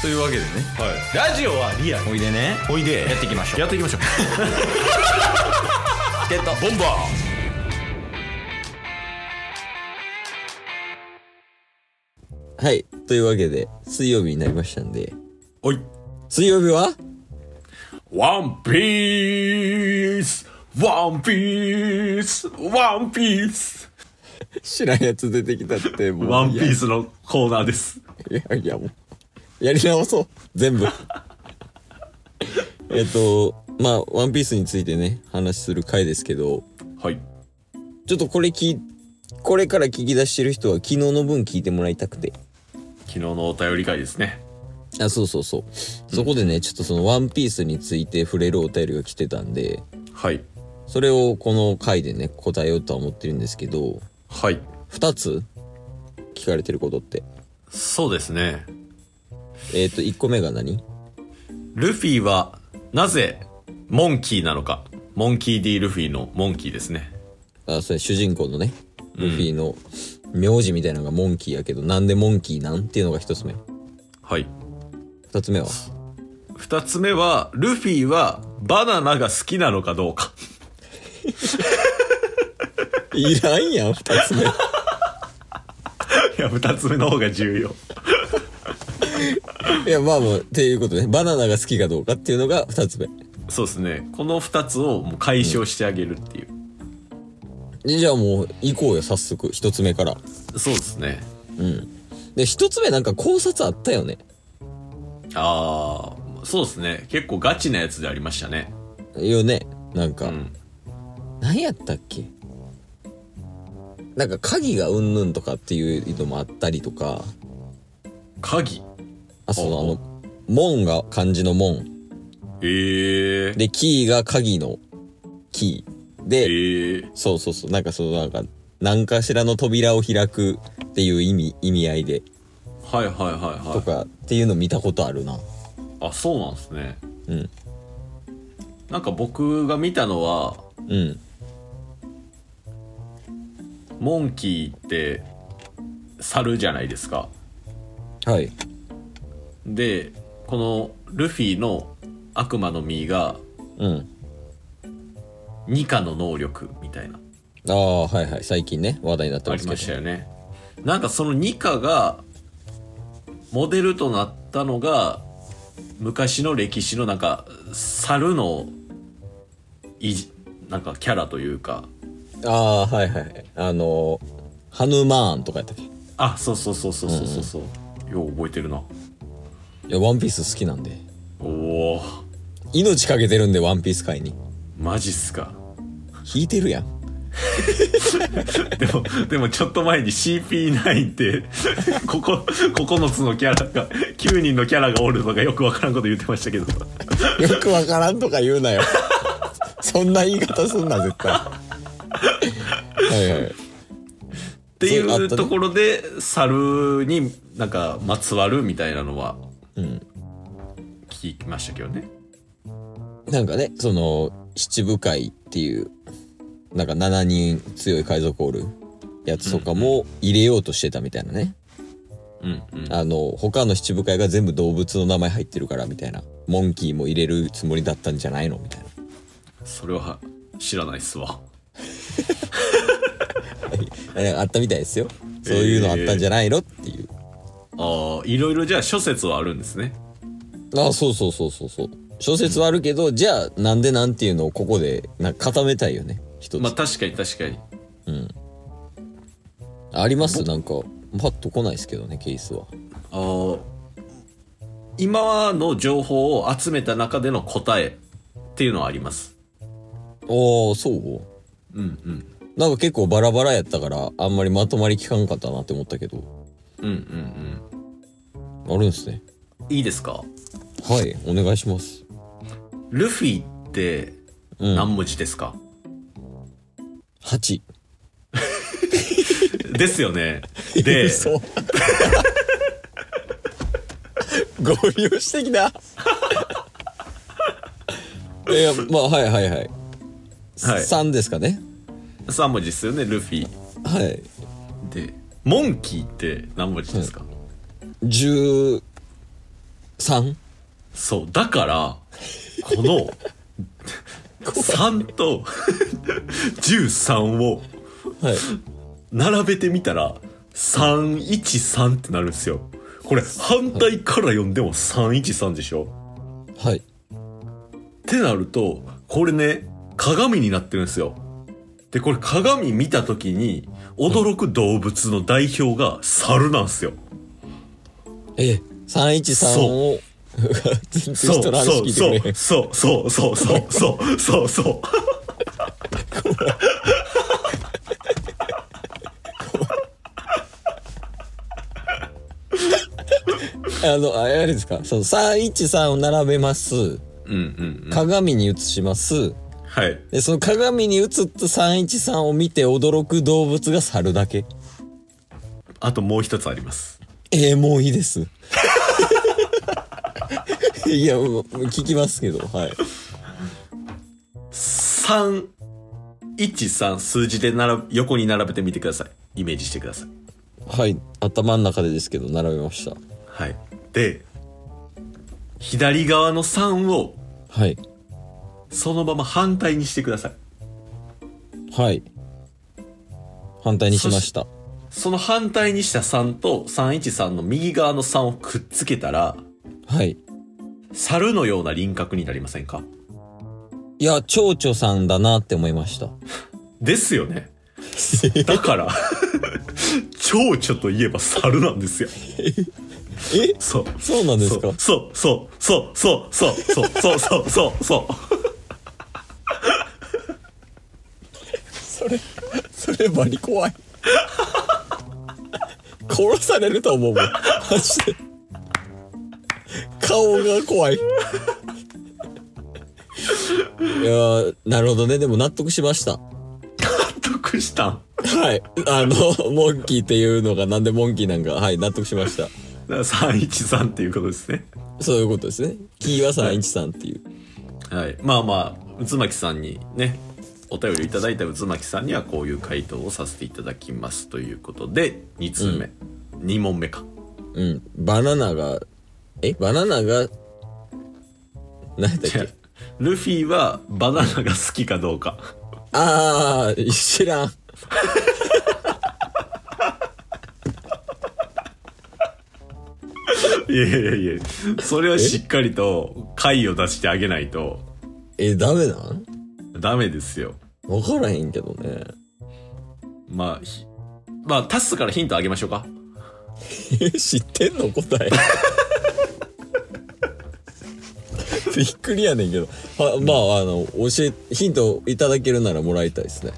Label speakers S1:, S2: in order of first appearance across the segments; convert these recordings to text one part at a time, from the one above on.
S1: というわけでね
S2: はい、ラジオはリアル
S1: おいでね
S2: おいで
S1: やっていきましょう
S2: やっていきましょう
S1: ゲット
S2: ボンバ
S1: はいというわけで水曜日になりましたんで
S2: ーおい
S1: 水曜日は
S2: ワンピースワンピースワンピース
S1: 知らんやつ出てきたってもう
S2: ワンピースのコーナーです
S1: いやいやもうやり直そう全部 えっとまあ「ワンピースについてね話する回ですけど
S2: はい
S1: ちょっとこれ聞いこれから聞き出してる人は昨日の分聞いてもらいたくて
S2: 昨日のお便り会ですね
S1: あそうそうそうそこでね、ちょっとその「ワンピースについて触れるお便りが来てたんで
S2: はい
S1: それをこの回でね答えようとは思ってるんですけど
S2: はい
S1: 2つ聞かれてることって
S2: そうですね
S1: えっ、と1個目が何
S2: ルフィはなぜモンキーなのかモンキー D ルフィのモンキーですね
S1: あそれ主人公のねルフィの名字みたいなのがモンキーやけど、なんでモンキーなんっていうのが1つ目
S2: はい
S1: 2つ目は
S2: 二つ目はルフィはバナナが好きなのかどうか
S1: いらんやん2つ目
S2: いや二つ目の方が重要
S1: いやまあもうっていうことねバナナが好きかどうかっていうのが2つ目
S2: そうですねこの二つをもう解消してあげるっていう、
S1: でじゃあもう行こうよ早速1つ目から
S2: そうですね
S1: で1つ目なんか考察あったよね
S2: ああそうですね結構ガチなやつでありましたね
S1: よねなんか、
S2: ん
S1: 何やったっけなんか鍵がうんぬんとかっていうのもあったりとか
S2: 鍵
S1: あそのあ
S2: おうおう
S1: の門が漢字の門
S2: ええー、
S1: でキーが鍵のキー
S2: え
S1: で
S2: ー、
S1: そうそうそうなんかそのなんか何かしらの扉を開くっていう意味意味合いで
S2: はいはいはい
S1: と
S2: は
S1: かっていうの見たことあるな、
S2: いあそうなんですね
S1: うん
S2: なんか僕が見たのは
S1: うん
S2: モンキーって猿じゃないですか
S1: はい
S2: でこのルフィの悪魔の実が
S1: うん
S2: ニカの能力みたいな
S1: ああはいはい最近ね話題になって
S2: あ
S1: ま
S2: り
S1: すけ
S2: まし
S1: ど
S2: たよねなんかそのニカがモデルとなったのが昔の歴史のなんか猿のいじなんかキャラというか
S1: ああーはいはいあのーハヌマーンとかやったっけ
S2: あそうそうそうそうそうそうそう、よう覚えてるない
S1: や、ワンピース好きなんで。
S2: おお
S1: 命かけてるんで、ワンピース界に。
S2: マジっすか
S1: 引いてるやん。
S2: でも、でもちょっと前に CP9 って、ここ、9つのキャラが、9人のキャラがおるとかよくわからんこと言ってましたけど。
S1: よくわからんとか言うなよ。 そんな言い方すんな、絶対。はいはい。
S2: ってい
S1: そうあっ
S2: う
S1: たね
S2: ところで、猿になんかまつわるみたいなのは、
S1: うん。
S2: 聞きましたけどね。
S1: なんかね、その、七部会っていう、なんか7人強い海賊おるやつとかも入れようとしてたみたいなね。
S2: うんうん。
S1: あの、他の七部会が全部動物の名前入ってるから、みたいな。モンキーも入れるつもりだったんじゃないのみたいな。
S2: それは知らないっすわ。
S1: なんかあったみたいですよ。そういうのあったんじゃないのっていう。
S2: ああ、いろいろじゃあ諸説はあるんですね。
S1: あそうそうそうそうそう小説はあるけど、じゃあなんでなんていうのをここでなんか固めたいよね一つ、
S2: まあ確かに確かに。
S1: ありますなんかパッと来ないですけどねケースは
S2: あー今の情報を集めた中での答えっていうのはあります。
S1: おおそう
S2: うんうん。
S1: なんか結構バラバラやったからあんまりまとまり聞かんかったなって思ったけど
S2: うんうんうん。
S1: あるんですね
S2: いいですか
S1: はいお願いします
S2: ルフィって
S1: うん
S2: 何文字ですか、
S1: 8
S2: ですよね。で、
S1: 嘘合流してき たいやまあはいはいはい、
S2: はい
S1: 3ですかね
S2: 3文字ですよね、ルフィ。
S1: はい
S2: で、モンキーって何文字ですか、
S1: 13 3?
S2: そう、だから、この、3と13を
S1: はい。
S2: 並べてみたら、313ってなるんですよ。これ、反対から読んでも313でしょ
S1: はい。
S2: ってなると、これね、鏡になってるんですよ。で、これ鏡見た時に、驚く動物の代表が猿なんですよ。
S1: え、313を、全然
S2: そう
S1: 人の話
S2: そ
S1: 聞
S2: う
S1: いてく
S2: そ
S1: れへん
S2: うそうそうそうそうそうそうそう。
S1: あの、あれですかその313を並べます。
S2: うんうんうん。
S1: 鏡に映します。
S2: はい。
S1: で、その鏡に映った313を見て驚く動物が猿だけ。
S2: あともう一つあります。
S1: えー、もういいです。 いや、もう聞きますけど、はい。
S2: 3、13数字で並べ横に並べてみてください。イメージしてください。
S1: はい。頭の中でですけど、並べました。
S2: はい。で、左側の3を
S1: はい。
S2: そのまま反対にしてください。
S1: はい。反対にしました。
S2: その反対にした3と313の右側の3をくっつけたら、
S1: はい。
S2: 猿のような輪郭になりませんか
S1: いや、蝶々さんだなって思いました。
S2: ですよね。だから、 蝶々といえば猿なんですよ。
S1: え
S2: そう。
S1: そうなんですか
S2: そうそうそうそうそうそうそうそうそうそう。
S1: それ、 それバリ怖い。 殺されると思うもん。マジで。顔が怖い。いやーなるほどね。でも納得しました。
S2: 納得したん。
S1: はい。あの、モンキーっていうのがなんでモンキーなんか、はい、納得しました。
S2: だから313っていうことですね。
S1: そういうことですね。キーは313っていう。
S2: はい。まあまあ、渦巻さんにね、お便りをいただいた渦巻さんにはこういう回答をさせていただきますということで、2通目。二2問目か。
S1: うん。バナナが、えバナナが、何だっ
S2: じゃあ
S1: け
S2: ルフィはバナナが好きかどうか。
S1: あー、知らん。
S2: いやいやいや、それはしっかりと回を出してあげないと
S1: え、ダメなん
S2: ダメですよ。
S1: わからへんけどね。
S2: まあ、ひまあ、タスからヒントあげましょうか。
S1: え知ってんの答え。 びっくりやねんけど。はまあ、あの、教え、ヒントいただけるならもらいたいですね。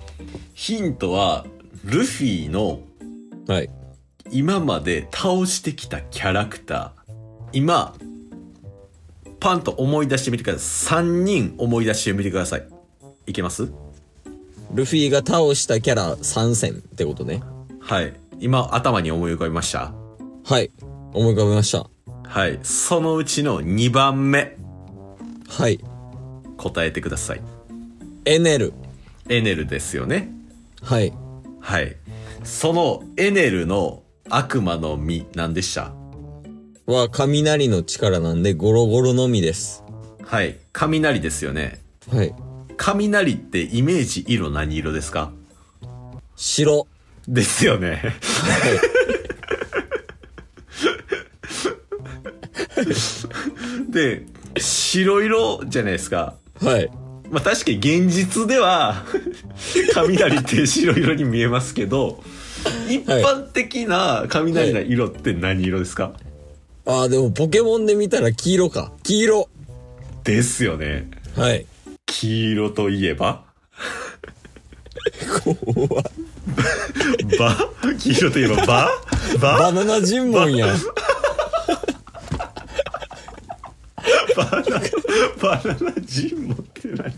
S2: ヒントは、ルフィの
S1: はい。
S2: 今まで倒してきたキャラクター。今、パンと思い出してみてください。3人思い出してみてください。いけます
S1: ルフィが倒したキャラ参戦ってことね。
S2: はい。今、頭に思い浮かびました
S1: はい。思い浮かべました。
S2: はい。そのうちの2番目、
S1: はい。
S2: 答えてください。
S1: エネル。
S2: エネルですよね。
S1: はい。
S2: はい。そのエネルの悪魔の実なんでした
S1: は、雷の力なんで、ゴロゴロのみです。
S2: はい。雷ですよね。
S1: はい。
S2: 雷ってイメージ色何色ですか
S1: 白。
S2: ですよね。で、白色じゃないですか。
S1: はい。
S2: まあ確かに現実では雷って白色に見えますけど、一般的な雷の色って何色ですか、
S1: ああ、でもポケモンで見たら黄色か。黄色。
S2: ですよね。
S1: はい。
S2: 黄色といえば
S1: 怖い
S2: ば黄色といえばばば
S1: バナナ尋問 やん。
S2: バナナジン持ってない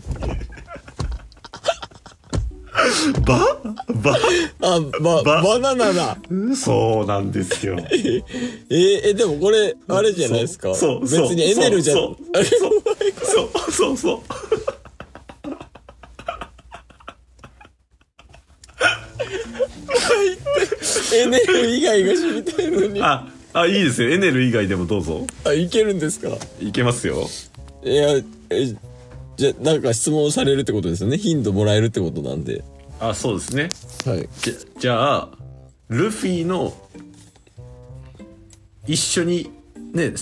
S2: ばば
S1: あ、ば、
S2: バ
S1: バナナだ。
S2: そうなんですよ。
S1: えーえ、でもこれ、あれじゃないですか。
S2: そうそう
S1: 別にエネルじゃ、
S2: そう
S1: あれ
S2: そうそうそうそう。
S1: エネル以外が知りたいのに。
S2: あ、あいいですよエネル以外でもどうぞ
S1: あいけるんですか
S2: いけますよ
S1: いやえじゃなんか質問されるってことですよね頻度もらえるってことなんで
S2: あそうですね
S1: はい
S2: じゃじゃあルフィの一緒にね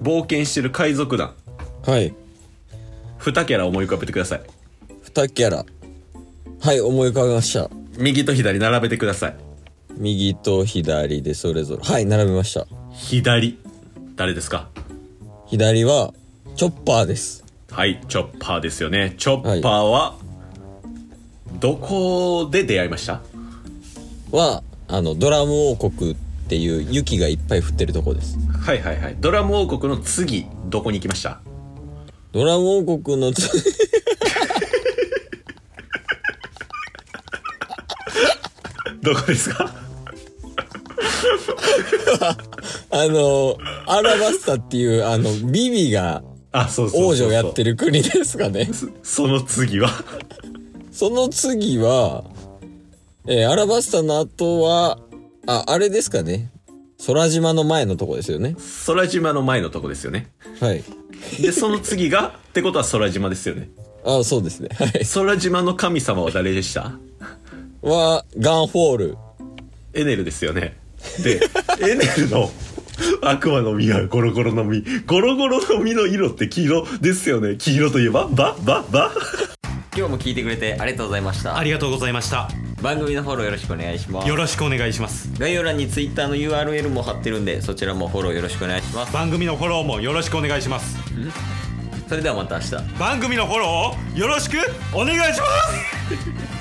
S2: 冒険してる海賊団
S1: はい
S2: 2キャラ思い浮かべてください
S1: 2キャラはい思い浮かべました
S2: 右と左並べてください
S1: 右と左でそれぞれはい並べました
S2: 左誰ですか
S1: 左はチョッパーです
S2: はいチョッパーですよねチョッパーはどこで出会いました
S1: はあのドラム王国っていう雪がいっぱい降ってるとこです
S2: はいはいはいドラム王国の次どこに行きました
S1: ドラム王国のつ
S2: どこです か
S1: あのアラバスタっていうあのビビが
S2: あそうそうそう
S1: 王女やって
S2: る
S1: る国ですかね
S2: その次は
S1: その次は、えーアラバスタの後はああれですかね空島の前のとこですよね
S2: 空島の前のとこですよね
S1: はい
S2: でその次がってことは空島ですよね
S1: あそうですねはい
S2: 空島の神様は誰でした
S1: はガンホール
S2: エネルですよねでエネル の悪魔の実はゴロゴロの実ゴロゴロの実の色って黄色ですよね黄色といえばバババ
S3: 今日も聞いてくれてありがとうございました
S4: ありがとうございました
S3: 番組のフォローよろしくお願いします
S4: よろしくお願いします
S3: 概要欄に Twitter の URL も貼ってるんでそちらもフォローよろしくお願いします
S4: 番組のフォローもよろしくお願いします
S3: それではまた明日
S4: 番組のフォローをよろしくお願いします